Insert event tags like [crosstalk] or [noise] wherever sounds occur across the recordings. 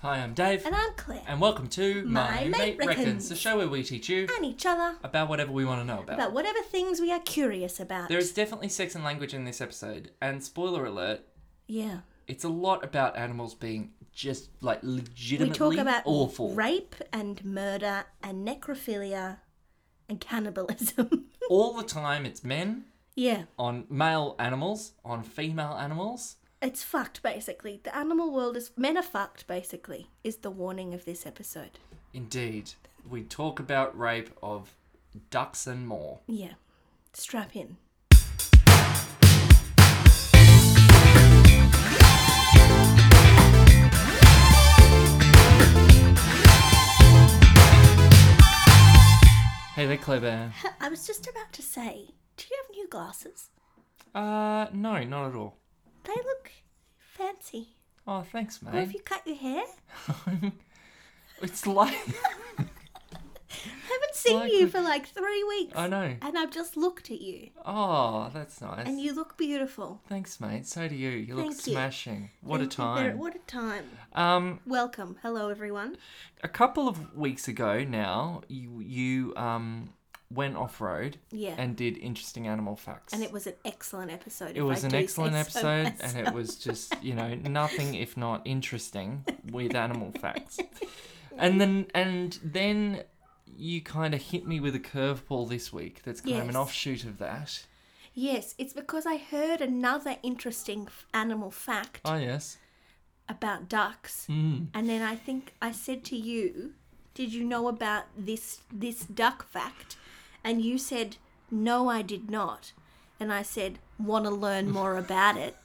Hi, I'm Dave, And I'm Claire. and welcome to My Mate Reckons. the show where we teach you and each other about whatever we want to know about. about whatever things we are curious about. There is definitely sex and language in this episode, and spoiler alert, yeah. it's a lot about animals being just like We legitimately talk about awful. rape and murder and necrophilia and cannibalism. [laughs] All the time, it's men yeah. on male animals, on female animals. It's fucked basically. The animal world is men are fucked basically is the warning of this episode. Indeed, we talk about rape of ducks and more. Yeah. Strap in. Hey there, Claire Bear. I was just about to say, do you have new glasses? Uh, no, not at all. They look fancy. Oh, thanks, Or have mate. you cut your hair? it's like. [laughs] haven't seen Like- you for like three weeks. I know. And I've just looked at you. Oh, that's nice. And you look beautiful. Thanks, mate. So do you. You look Thank you. smashing. What a Thank you very- time. What a time. Um, Welcome. Hello, everyone. a couple of weeks ago now, you you um went off road Yeah. And, and did interesting animal facts. it was an excellent episode. it if was I an do say excellent so episode, myself. and it was just you [laughs] know nothing if not interesting with animal [laughs] facts. And then and then you kind of hit me with a curveball this week. That's kind of an Yes. offshoot of that. Yes, it's because I heard another interesting f- animal fact Oh yes. about ducks, Mm. and then I think I said to you, "Did you know about this this duck fact?" And you said, "No, I did not." And I said, "Want to learn more about it?"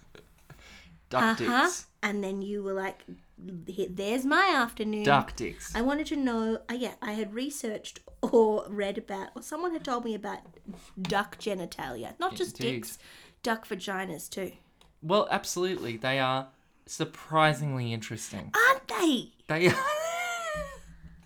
Duck [laughs] Uh-huh. dicks. And then you were like, "There's my afternoon." Duck dicks. I wanted to know. Uh, yeah, I had researched or read about, or someone had told me about duck genitalia, not just Indeed. dicks, duck vaginas too. Well, absolutely. They are surprisingly interesting. Aren't they? They are.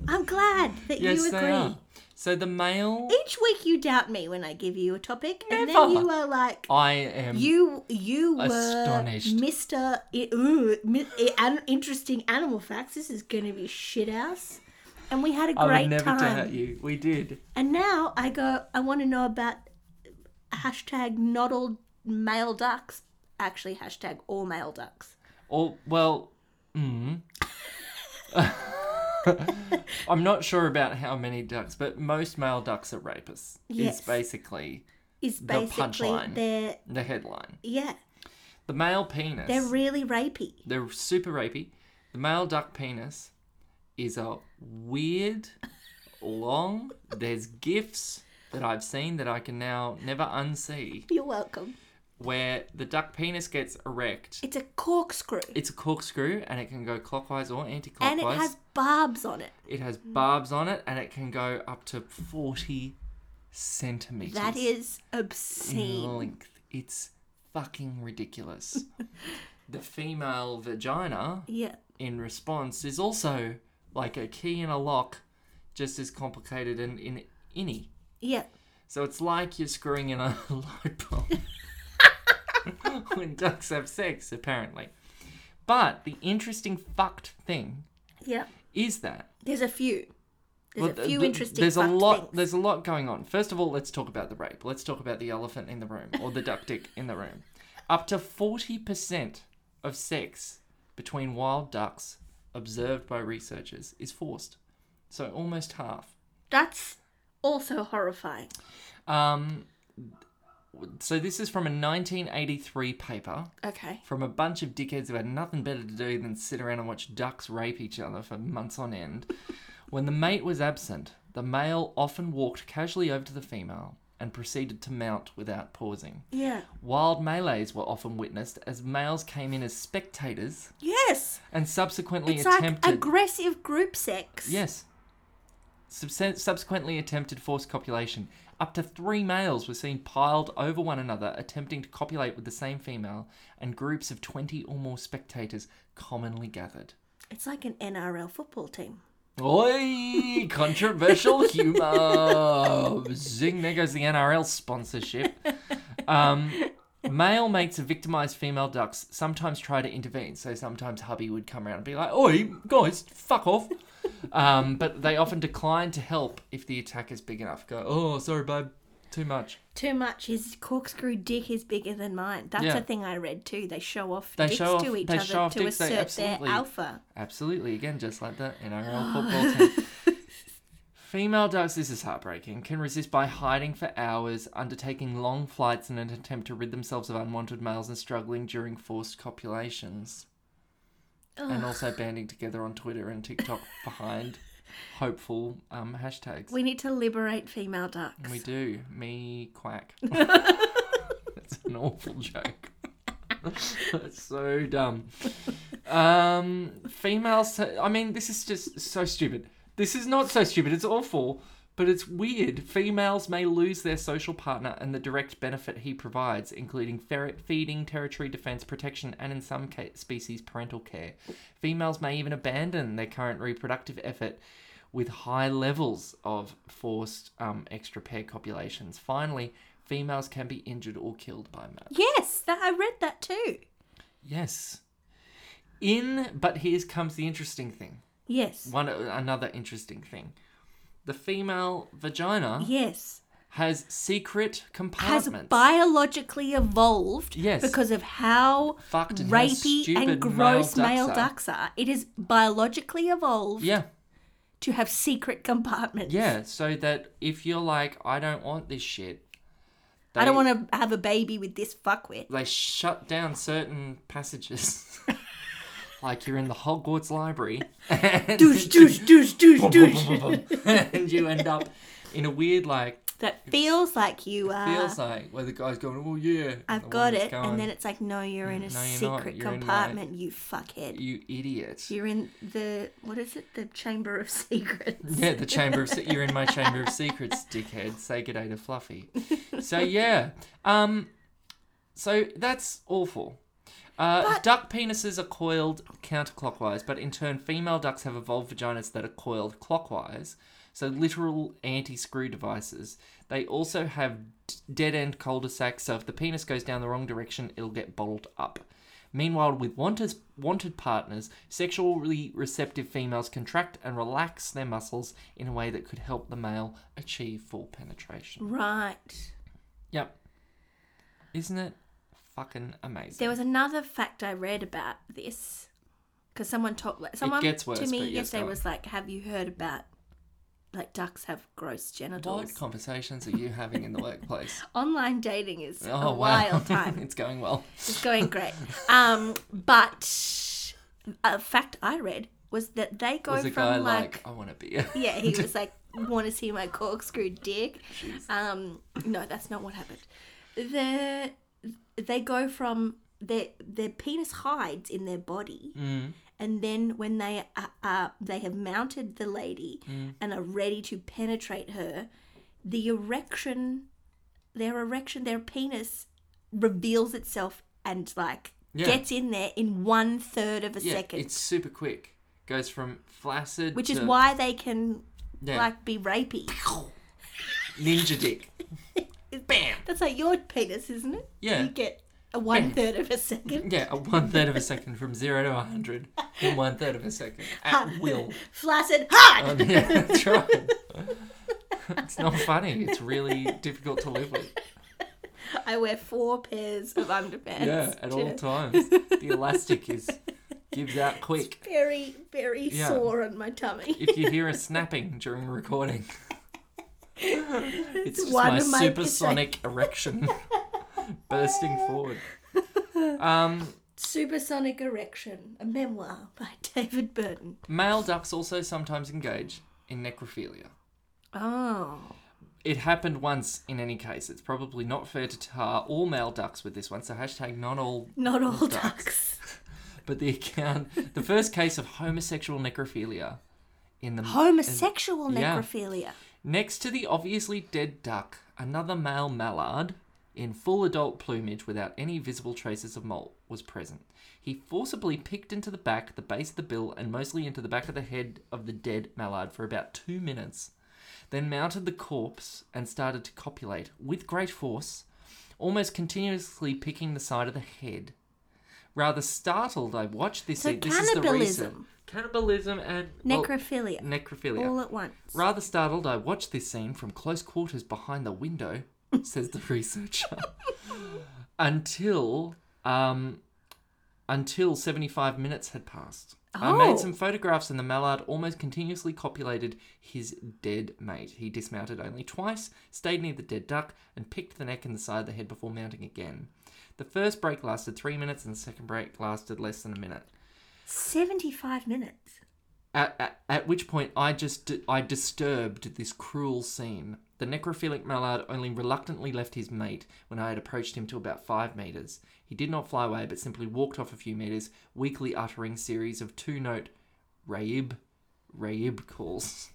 I'm glad that yes, [laughs] you agree. they are. So the male, Each week you doubt me when I give you a topic, and then Never. you are like, I am. you you were Astonished. Mister ooh, mi- i- an, interesting animal facts. This is gonna be shit house. And we had a I great would never time. doubt you. We did. And now I go, I want to know about hashtag not all male ducks. Actually, hashtag all male ducks. Or well, [laughs] mm. I'm not sure about how many ducks, but most male ducks are rapists. Yes. Is basically Is The basically punchline. they're, the headline. yeah, The male penis. they're really rapey. They're super rapey. The male duck penis is a weird, long. There's gifs that I've seen that I can now never unsee You're welcome. where the duck penis gets erect. It's a corkscrew. It's a corkscrew and it can go clockwise or anti and clockwise. it has barbs on it. barbs on it and it can go up to 40 centimeters That is in obscene. length. It's fucking ridiculous. [laughs] the female vagina Yeah. in response is also like a key and a lock, just as complicated and in any. Yeah. So it's like you're screwing in a [laughs] light bulb when ducks have sex, apparently. But the interesting fucked thing Yeah. is that There's a few. There's well, a few th- interesting There's a fucked lot. things. There's a lot going on. First of all, let's talk about the rape. Let's talk about the elephant in the room or the duck dick in the room. Up to forty percent of sex between wild ducks observed by researchers is forced. So almost half. That's also horrifying. Um, so this is from a 1983 paper Okay. from a bunch of dickheads who had nothing better to do than sit around and watch ducks rape each other for months on end. When the mate was absent, the male often walked casually over to the female and proceeded to mount without pausing. Yeah. Wild melees were often witnessed as males came in as spectators Yes. and subsequently It's like attempted aggressive group sex. Yes. Subse- subsequently attempted forced copulation. Up to three males were seen piled over one another, attempting to copulate with the same female, and groups of 20 or more spectators commonly gathered. It's like an NRL football team. Oi! Controversial humour! Zing, there goes the NRL sponsorship. Um, Male mates of victimized female ducks sometimes try to intervene, so sometimes hubby would come around and be like, Oi, guys, fuck off. Um, but they often decline to help if the attack is big enough. Go, oh, sorry, babe, too much. Too much. His corkscrew dick is bigger than mine. That's Yeah. a thing I read too. They show off They dicks show off- to each they other show off to dicks, they assert their absolutely- alpha. Absolutely, again, just like that in our own football team. Female ducks, this is heartbreaking, can resist by hiding for hours, undertaking long flights in an attempt to rid themselves of unwanted males and struggling during forced copulations. And also banding together on Twitter and TikTok behind hopeful um, hashtags. We need to liberate female ducks. We do. Me quack. [laughs] That's an awful joke. [laughs] That's so dumb. Um, females. I mean, this is just so stupid. This is not so stupid. It's awful, but it's weird. Females may lose their social partner and the direct benefit he provides, including ferret feeding, territory defense, protection, and in some ca- species, parental care. Females may even abandon their current reproductive effort with high levels of forced um, extra pair copulations. Finally, females can be injured or killed by males. Yes, that, I read that too. Yes. In but here comes the interesting thing. Yes. One another interesting thing. The female vagina Yes. has secret Has compartments. biologically evolved Yes. because of how Fucked and how rapey stupid male and gross ducks male are. ducks are. It is biologically evolved yeah, to have secret compartments. yeah. So that if you're like, I don't want this shit. I don't they- want to have a baby with this fuckwit. they shut down certain passages. [laughs] like you're in the Hogwarts library. And, Douche, douche, [laughs] douche, douche, douche. and you end up in a weird like That feels like you are. feels like where the guy's going, Oh yeah. and the Uh, I've got woman's it. going, And then it's like, no, you're in a No, you're not. secret You're in my- compartment, you fuckhead. You idiot. You're in the, what is it? The Chamber of [laughs] Secrets. [laughs] Yeah, the chamber of Se- you're in my chamber of [laughs] secrets, dickhead. Say good day to Fluffy. So yeah, um, so that's awful. Uh, Duck penises are coiled counterclockwise, but in turn, female ducks have evolved vaginas that are coiled clockwise. So literal anti-screw devices. They also have d- dead-end cul-de-sacs. So if the penis goes down the wrong direction, it'll get bottled up. Meanwhile, with wanted, wanted partners, sexually receptive females contract and relax their muscles in a way that could help the male achieve full penetration. Right. Yep. Isn't it fucking amazing? There was another fact I read about this because someone talked like someone gets worse, to but me yes, yesterday go on. was like, "Have you heard about like ducks have gross genitals?" what conversations are you having in the workplace? Online dating is Oh, [laughs] a wow. [laughs] wild time. it's going well. It's going great. Um, but a fact I read was that they go was a from guy like, like, I want to be a. yeah, he was like, "Want to see my corkscrew dick?" Um, no, that's not what happened. The they go from their their penis hides in their body, Mm. and then when they are, are they have mounted the lady Mm. and are ready to penetrate her, the erection, their erection, their penis reveals itself and like Yeah. gets in there in one third of [laughs] a Yeah, second, it's super quick. Goes from flaccid which to is why they can yeah, like be rapey. ninja dick. Bam! That's like your penis, isn't it? Yeah. [laughs] You get a one third of [laughs] a second. Yeah, a one third of a second from zero to a hundred in one third of a second at will. [laughs] Flaccid hard. Um, yeah, that's right. [laughs] It's not funny. It's really difficult to live with. I wear four pairs of underpants. Yeah, at all to- times. The elastic is gives [laughs] out quick. Very, very Yeah. sore on my tummy. If you hear a snapping during recording, it's just one my of my supersonic erection bursting forward. Um, Supersonic Erection, a memoir by [laughs] David Burton. male ducks also sometimes engage in necrophilia. Oh. it happened once in any case. It's probably not fair to tar all male ducks with this one, so hashtag not all. Not all Ducks. ducks. But the account, the first case of homosexual necrophilia in the. Homosexual Yeah. necrophilia. Next to the obviously dead duck, another male mallard in full adult plumage without any visible traces of molt was present. He forcibly picked into the back, the base of the bill, and mostly into the back of the head of the dead mallard for about two minutes, then mounted the corpse and started to copulate with great force almost continuously picking the side of the head. Rather startled, I watched this. So scene. This is the reason. cannibalism. Cannibalism and well, Necrophilia. necrophilia. all at once. Rather startled, I watched this scene from close quarters behind the window, [laughs] says the researcher. [laughs] until um, until 75 minutes had passed. I Oh. made some photographs and the mallard almost continuously copulated his dead mate. He dismounted only twice, stayed near the dead duck, and picked the neck and the side of the head before mounting again. The first break lasted three minutes and the second break lasted less than a minute. 75 minutes. At, at, at which point I just I disturbed this cruel scene. The necrophilic mallard only reluctantly left his mate when I had approached him to about five meters. He did not fly away, but simply walked off a few meters, weakly uttering series of two-note "raib, raib" calls.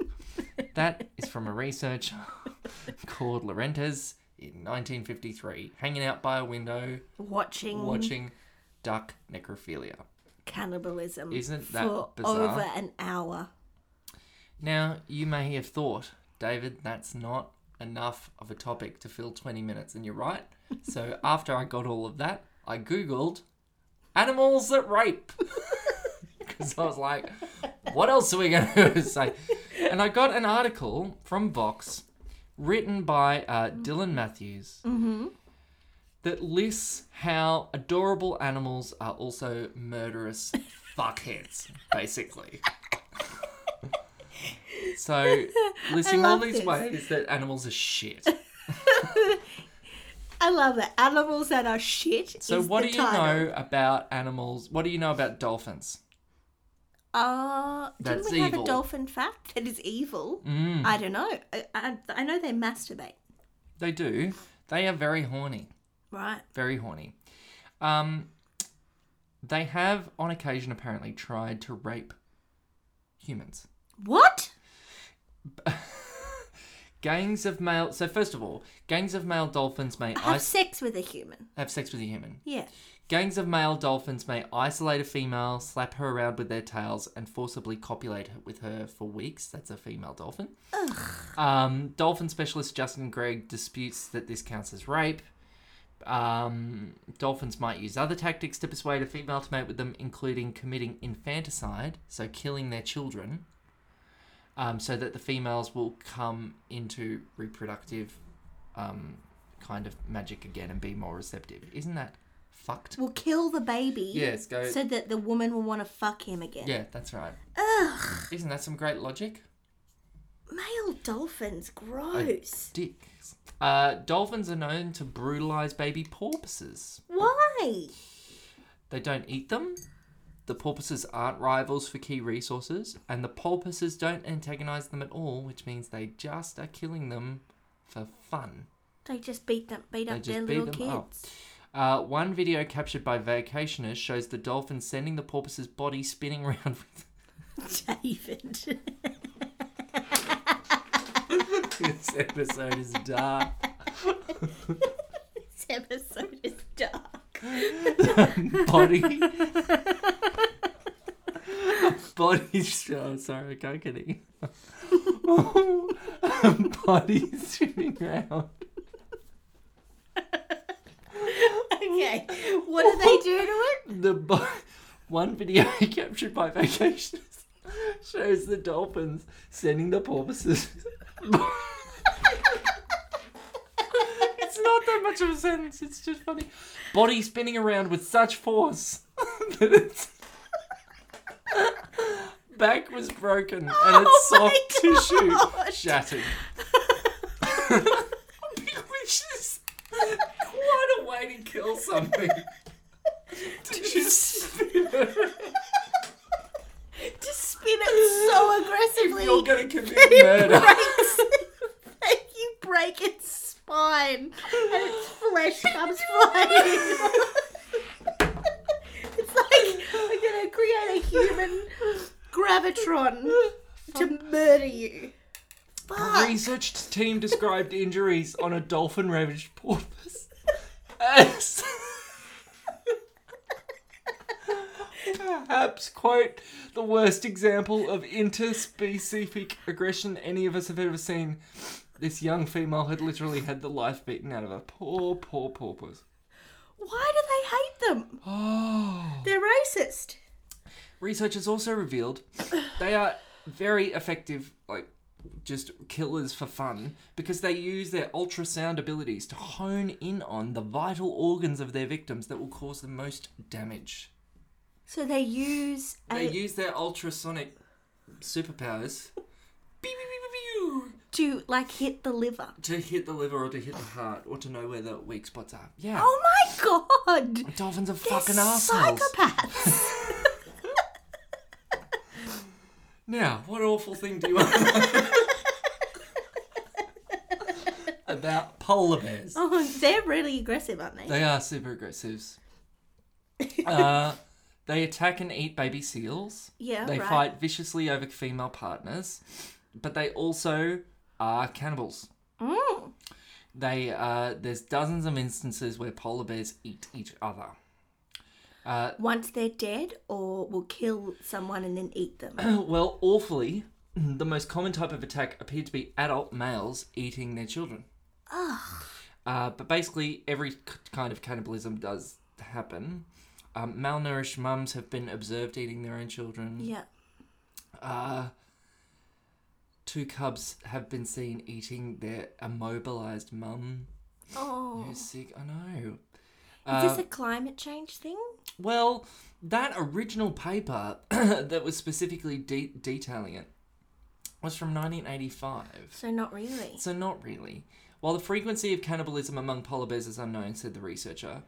that is from a researcher [laughs] called Laurentes in 1953, hanging out by a window, Watching, watching duck necrophilia. cannibalism Isn't that for bizarre? over an hour. Now, you may have thought, David, that's not enough of a topic to fill 20 minutes, and you're right. So, after I got all of that, I Googled animals that rape. [laughs] Because I was like, what else are we going to [laughs] say? And I got an article from Vox written by uh, Dylan Matthews Mm-hmm. that lists how adorable animals are also [laughs] murderous fuckheads, basically. so, listing all love these this. ways that animals are shit. I love that. Animals that are shit. So, is what do the you title. know about animals? What do you know about dolphins? Uh, didn't That's we have evil. Mm. a dolphin fact that is evil? I don't know. I, I, I know they masturbate, They do. They are very horny. right? Very horny. Um, they have, on occasion, apparently tried to rape humans. What? Gangs of male. So, first of all, gangs of male dolphins may Have is- sex with a human? have sex with a human. Yeah. Gangs of male dolphins may isolate a female, slap her around with their tails, and forcibly copulate with her for weeks. That's a female dolphin. Um, dolphin specialist Justin Gregg disputes that this counts as rape. Um, dolphins might use other tactics to persuade a female to mate with them, including committing infanticide, so killing their children, um, so that the females will come into reproductive um, kind of magic again and be more receptive. Isn't that fucked? Will kill the baby. Yes, go- So that the woman will want to fuck him again. Yeah, that's right. Ugh. Isn't that some great logic? Male dolphins. Gross. Dicks. Uh, dolphins are known to brutalize baby porpoises. Why? They don't eat them. The porpoises aren't rivals for key resources, and the porpoises don't antagonize them at all, which means they just are killing them for fun. They just beat them, beat They up just their beat little them up. kids. Uh, one video captured by vacationers shows the dolphin sending the porpoise's body spinning [laughs] around with [laughs] David. this episode is dark. this episode is dark. [laughs] body. body. Oh, sorry, I can't get [laughs] it. body spinning round. Okay, what do they do to it? The bo- one video captured by vacationers shows the dolphins sending the porpoises. [laughs] it's not that much of a sentence. It's just funny. Body spinning around with such force [laughs] that its back was broken and its Oh my soft tissue God. [laughs] shattered. [laughs] Which is quite a way to kill [laughs] something. Did you spin it? Just spin it so aggressively. You're gonna commit [laughs] it [laughs] murder. breaks. you break its spine and its flesh comes flying. it's like [laughs] we're gonna create a human gravitron to murder you. Fuck. Research team described injuries on a dolphin ravaged porpoise as perhaps, quote, the worst example of interspecies aggression any of us have ever seen. This young female had literally had the life beaten out of her. Poor, poor porpoise. Why do they hate them? Oh. They're racist. Research has also revealed they are very effective, like just killers for fun, because they use their ultrasound abilities to hone in on the vital organs of their victims that will cause the most damage. So they use a, They use their ultrasonic superpowers beep, [laughs] beep, beep, beep, beep, to like hit the liver. to hit the liver or to hit the heart or to know where the weak spots are. Yeah. Oh my god! [laughs] Dolphins are They're fucking assholes. psychopaths. [laughs] Now, what awful thing do you want to know about polar bears? oh, they're really aggressive, aren't they? They are super [laughs] aggressives. Uh, they attack and eat baby seals. Yeah, They right. fight viciously over female partners, but they also are cannibals. Mm. They uh, there's dozens of instances where polar bears eat each other. Once they're dead, or will kill someone and then eat them. [clears throat] well, awfully, [clears throat] the most common type of attack appeared to be adult males eating their children. Uh, but basically, every c- kind of cannibalism does happen. Um, malnourished mums have been observed eating their own children. yeah. Uh, two cubs have been seen eating their immobilized mum Oh. who's sick. I know. Uh, Is this a climate change thing? Well, that original paper [clears throat] that was specifically de- detailing it was from 1985. So not really. So, not really. While the frequency of cannibalism among polar bears is unknown, said the researcher,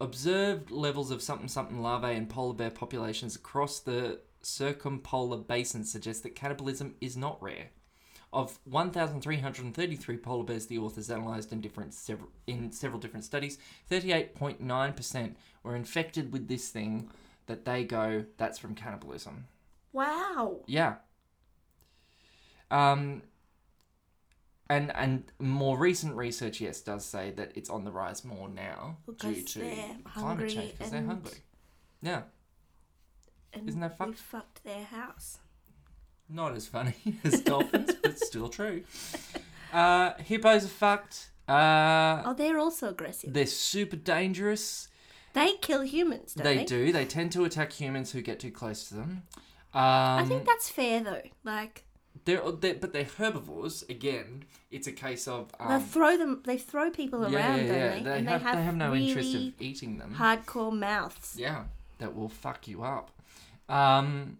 observed levels of something something larvae in polar bear populations across the circumpolar basin suggest that cannibalism is not rare. Of 1,333 polar bears the authors analysed in, different several, in several different studies, 38.9% were infected with this thing that they go, that's from cannibalism. Wow. Yeah. Um. And and more recent research, yes, does say that it's on the rise more now due Because to they're climate hungry change because they're and- hungry. Yeah, And Isn't that we fucked? fucked their house. not as funny [laughs] as dolphins, but still true. Uh, hippos are fucked. Uh, Oh, they're also aggressive. they're super dangerous. They kill humans, don't they? They do. They tend to attack humans who get too close to them. Um, I think that's fair though. Like they're, they're but they're herbivores. Again, it's a case of um, they throw them, they throw people around, don't they? and have, they have, no really interest of eating them. hardcore mouths. Yeah, that will fuck you up. Um,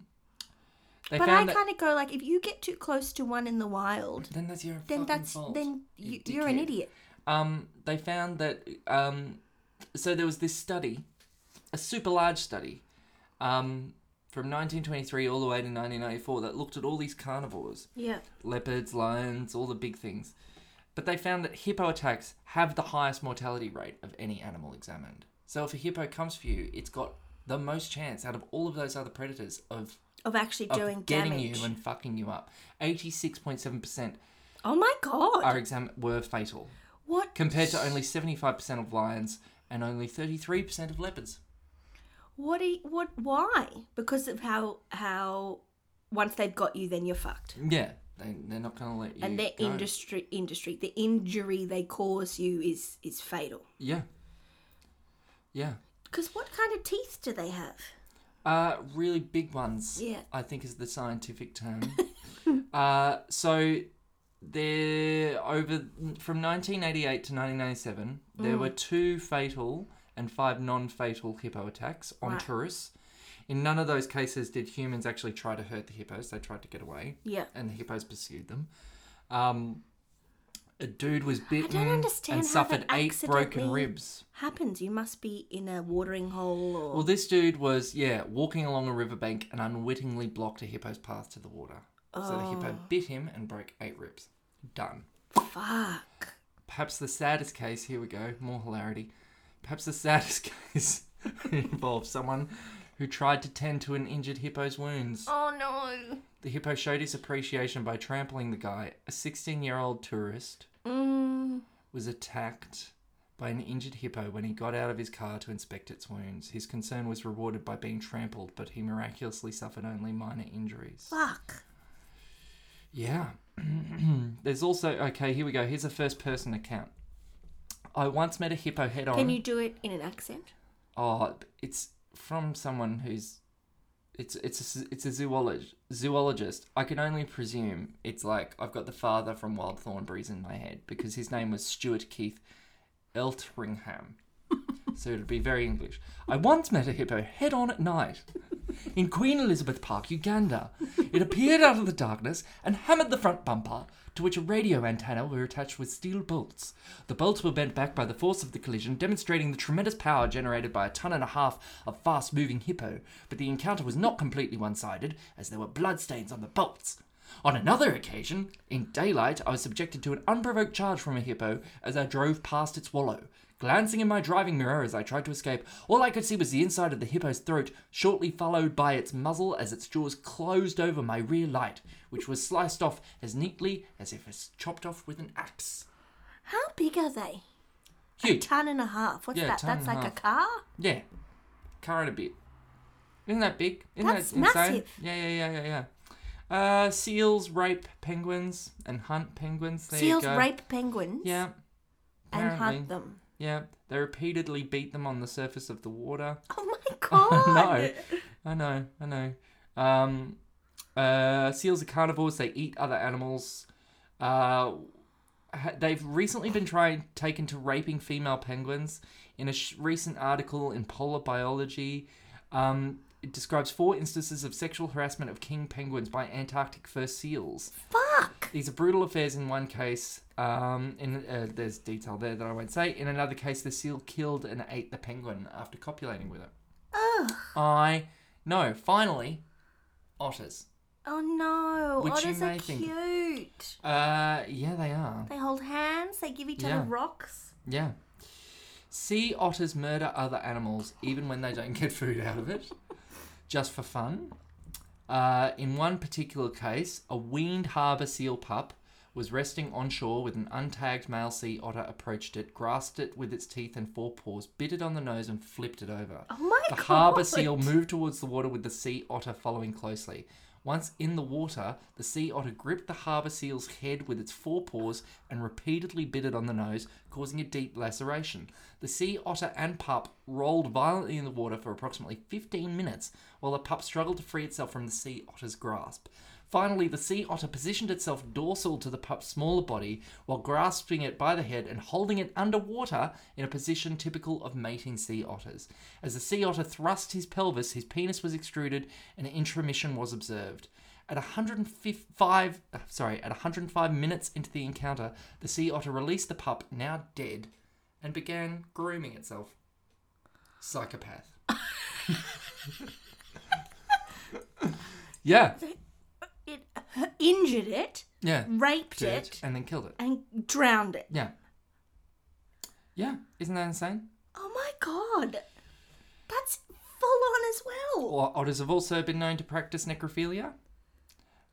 they But I found that kind of go like, if you get too close to one in the wild, then that's your then fucking that's fault, then you, you you are an dickhead. idiot. Um, they found that um, so there was this study, a super large study, um, from 1923 all the way to 1994 that looked at all these carnivores, Yeah. leopards, lions, all the big things. But they found that hippo attacks have the highest mortality rate of any animal examined. So if a hippo comes for you, it's got the most chance out of all of those other predators of, Of actually of doing getting damage. you and fucking you up. 86.7% oh my god! are exam- were fatal, what? compared to only 75% of lions and only 33% of leopards. what? Are you, what? Why? Because of how how once they've got you, then you're fucked. Yeah, they, they're not going to let you And their go. industry industry, the injury they cause you is is fatal. Yeah. Yeah. Because what kind of teeth do they have? Uh, really big ones. Yeah. I think is the scientific term. [laughs] uh, so there over from 1988 to 1997, there Mm. were two fatal and five non-fatal hippo attacks on Right. tourists. In none of those cases did humans actually try to hurt the hippos. They tried to get away, Yeah. and the hippos pursued them. Um, a dude was bitten understand and how suffered that eight broken accidentally- ribs. Happens. You must be in a watering hole or Well, this dude was, yeah, walking along a riverbank and unwittingly blocked a hippo's path to the water. So the hippo bit him and broke eight ribs. Done. fuck. Perhaps the saddest case, here we go, more hilarity. Perhaps the saddest [laughs] case involves someone who tried to tend to an injured hippo's wounds. Oh no. The hippo showed his appreciation by trampling the guy. A 16 year old tourist Mm, was attacked by an injured hippo when he got out of his car to inspect its wounds. His concern was rewarded by being trampled, but he miraculously suffered only minor injuries. fuck. Yeah. [clears throat] There's also okay. Here we go. Here's a first person account. I once met a hippo head on. Can you do it in an accent? Oh, it's from someone who's. It's it's a, it's a zoologist. Zoologist. I can only presume it's like I've got the father from Wild Thornberrys in my head because his name was Stuart Keith Eltringham. so it'd be very English. I once met a hippo head on at night in Queen Elizabeth Park, Uganda. It appeared out of the darkness and hammered the front bumper, to which a radio antenna were attached with steel bolts. The bolts were bent back by the force of the collision, demonstrating the tremendous power generated by a ton and a half of fast moving hippo, but the encounter was not completely one sided, as there were bloodstains on the bolts. On another occasion, in daylight, I was subjected to an unprovoked charge from a hippo as I drove past its wallow. Glancing in my driving mirror as I tried to escape, all I could see was the inside of the hippo's throat, shortly followed by its muzzle as its jaws closed over my rear light, which was sliced off as neatly as if it's chopped off with an axe. How big are they? A Huge. ton and a half. What's Yeah, that? ton That's and a like a car? Yeah. Car and a bit. Isn't that big? Isn't That's that insane? massive. Yeah, yeah, yeah, yeah, yeah. Uh, seals rape penguins and hunt penguins. There Seals you go. rape penguins Yeah. and apparently. hunt [laughs] them. Yeah, they repeatedly beat them on the surface of the water. Oh my [laughs] I god! know, I know, I know. Um, uh, seals are carnivores. They eat other animals. Uh, ha- they've recently been tried taken to raping female penguins. In a sh- recent article in Polar Biology, um, it describes four instances of sexual harassment of king penguins by Antarctic fur seals. Fuck! These are brutal affairs in one case. Um, in uh, there's detail there that I won't say. In another case, the seal killed and ate the penguin after copulating with it. Ugh. I no. Finally, otters. Oh no! Which you Otters are may think- cute. Uh, yeah, they are. They hold hands. They give each Yeah. other rocks. Yeah. Sea otters murder other animals even when they don't get food out of it, just for fun. Uh, in one particular case, a weaned harbour seal pup was resting on shore with an untagged male sea otter approached it, grasped it with its teeth and forepaws, bit it on the nose, and flipped it over. Oh my The god! harbour [laughs] seal moved towards the water with the sea otter following closely. Once in the water, the sea otter gripped the harbour seal's head with its forepaws and repeatedly bit it on the nose, causing a deep laceration. The sea otter and pup rolled violently in the water for approximately 15 minutes while the pup struggled to free itself from the sea otter's grasp. Finally, the sea otter positioned itself dorsal to the pup's smaller body while grasping it by the head and holding it underwater in a position typical of mating sea otters. As the sea otter thrust his pelvis, his penis was extruded and intromission was observed. At 105, uh, sorry, at 105 minutes into the encounter, the sea otter released the pup, now dead, and began grooming itself. Psychopath. [laughs] yeah, It uh, [laughs] injured it, yeah. raped Did it, and then killed it. and drowned it. Yeah. Yeah, isn't that insane? Oh my god! That's full on as well. Or otters have also been known to practice necrophilia.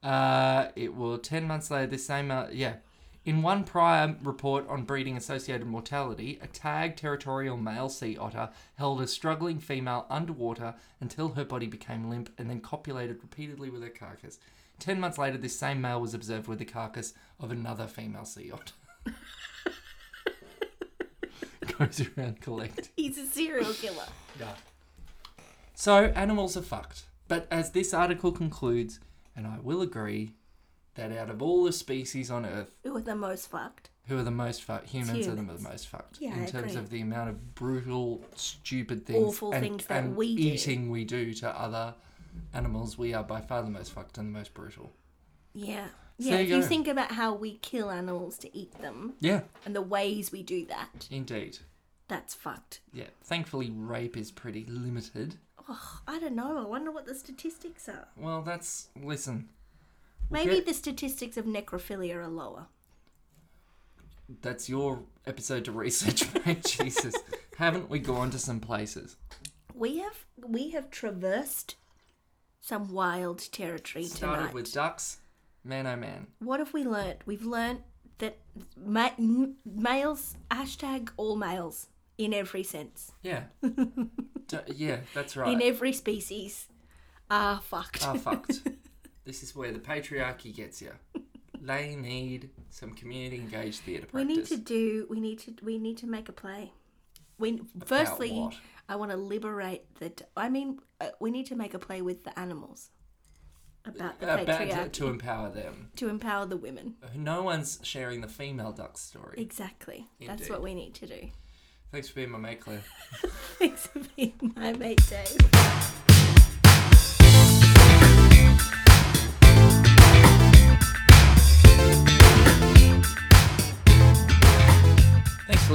Uh, it will ten months later this same uh, yeah. In one prior report on breeding associated mortality, a tagged territorial male sea otter held a struggling female underwater until her body became limp and then copulated repeatedly with her carcass. Ten months later, this same male was observed with the carcass of another female sea otter. [laughs] Goes around collecting. He's a serial killer. Yeah. So animals are fucked. But as this article concludes, and I will agree, that out of all the species on Earth, Who are the most fucked? who are the most fucked? Humans, are the humans. most fucked Yeah, in I terms agree. of the amount of brutal, stupid things, Awful and, things that and we do. eating we do to other animals. We are by far the most fucked and the most brutal. Yeah. So Yeah, there if you you go. think about how we kill animals to eat them Yeah, and the ways we do that, indeed. that's fucked. Yeah, thankfully rape is pretty limited. Oh, I don't know. I wonder what the statistics are. Well, that's listen. we'll Maybe get- the statistics of necrophilia are lower. That's your episode [laughs] to research, mate. Jesus. Haven't we gone to some places? We have we have traversed some wild territory Started tonight. with ducks. Man, oh man. What have we learnt? We've learnt that ma- m- males hashtag all males in every sense, [laughs] Yeah. D- yeah, that's right. in every species, are fucked. [laughs] Ah, fucked. this is where the patriarchy gets you. They need some community engaged theatre We practice. need to do. We need to. We need to make a play. We firstly, what? I want to liberate the. d- I mean, uh, we need to make a play with the animals about the Uh, patriarchy back to empower them. to empower the women. No one's sharing the female duck story. Exactly. That's Indeed. what we need to do. [laughs] Thanks for being my mate, Claire. Thanks for being my mate, Dave. Thanks for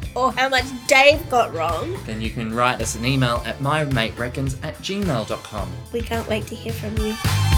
Or Oh, how much Dave got wrong. then you can write us an email at mymatereckons at gmail.com. We can't wait to hear from you.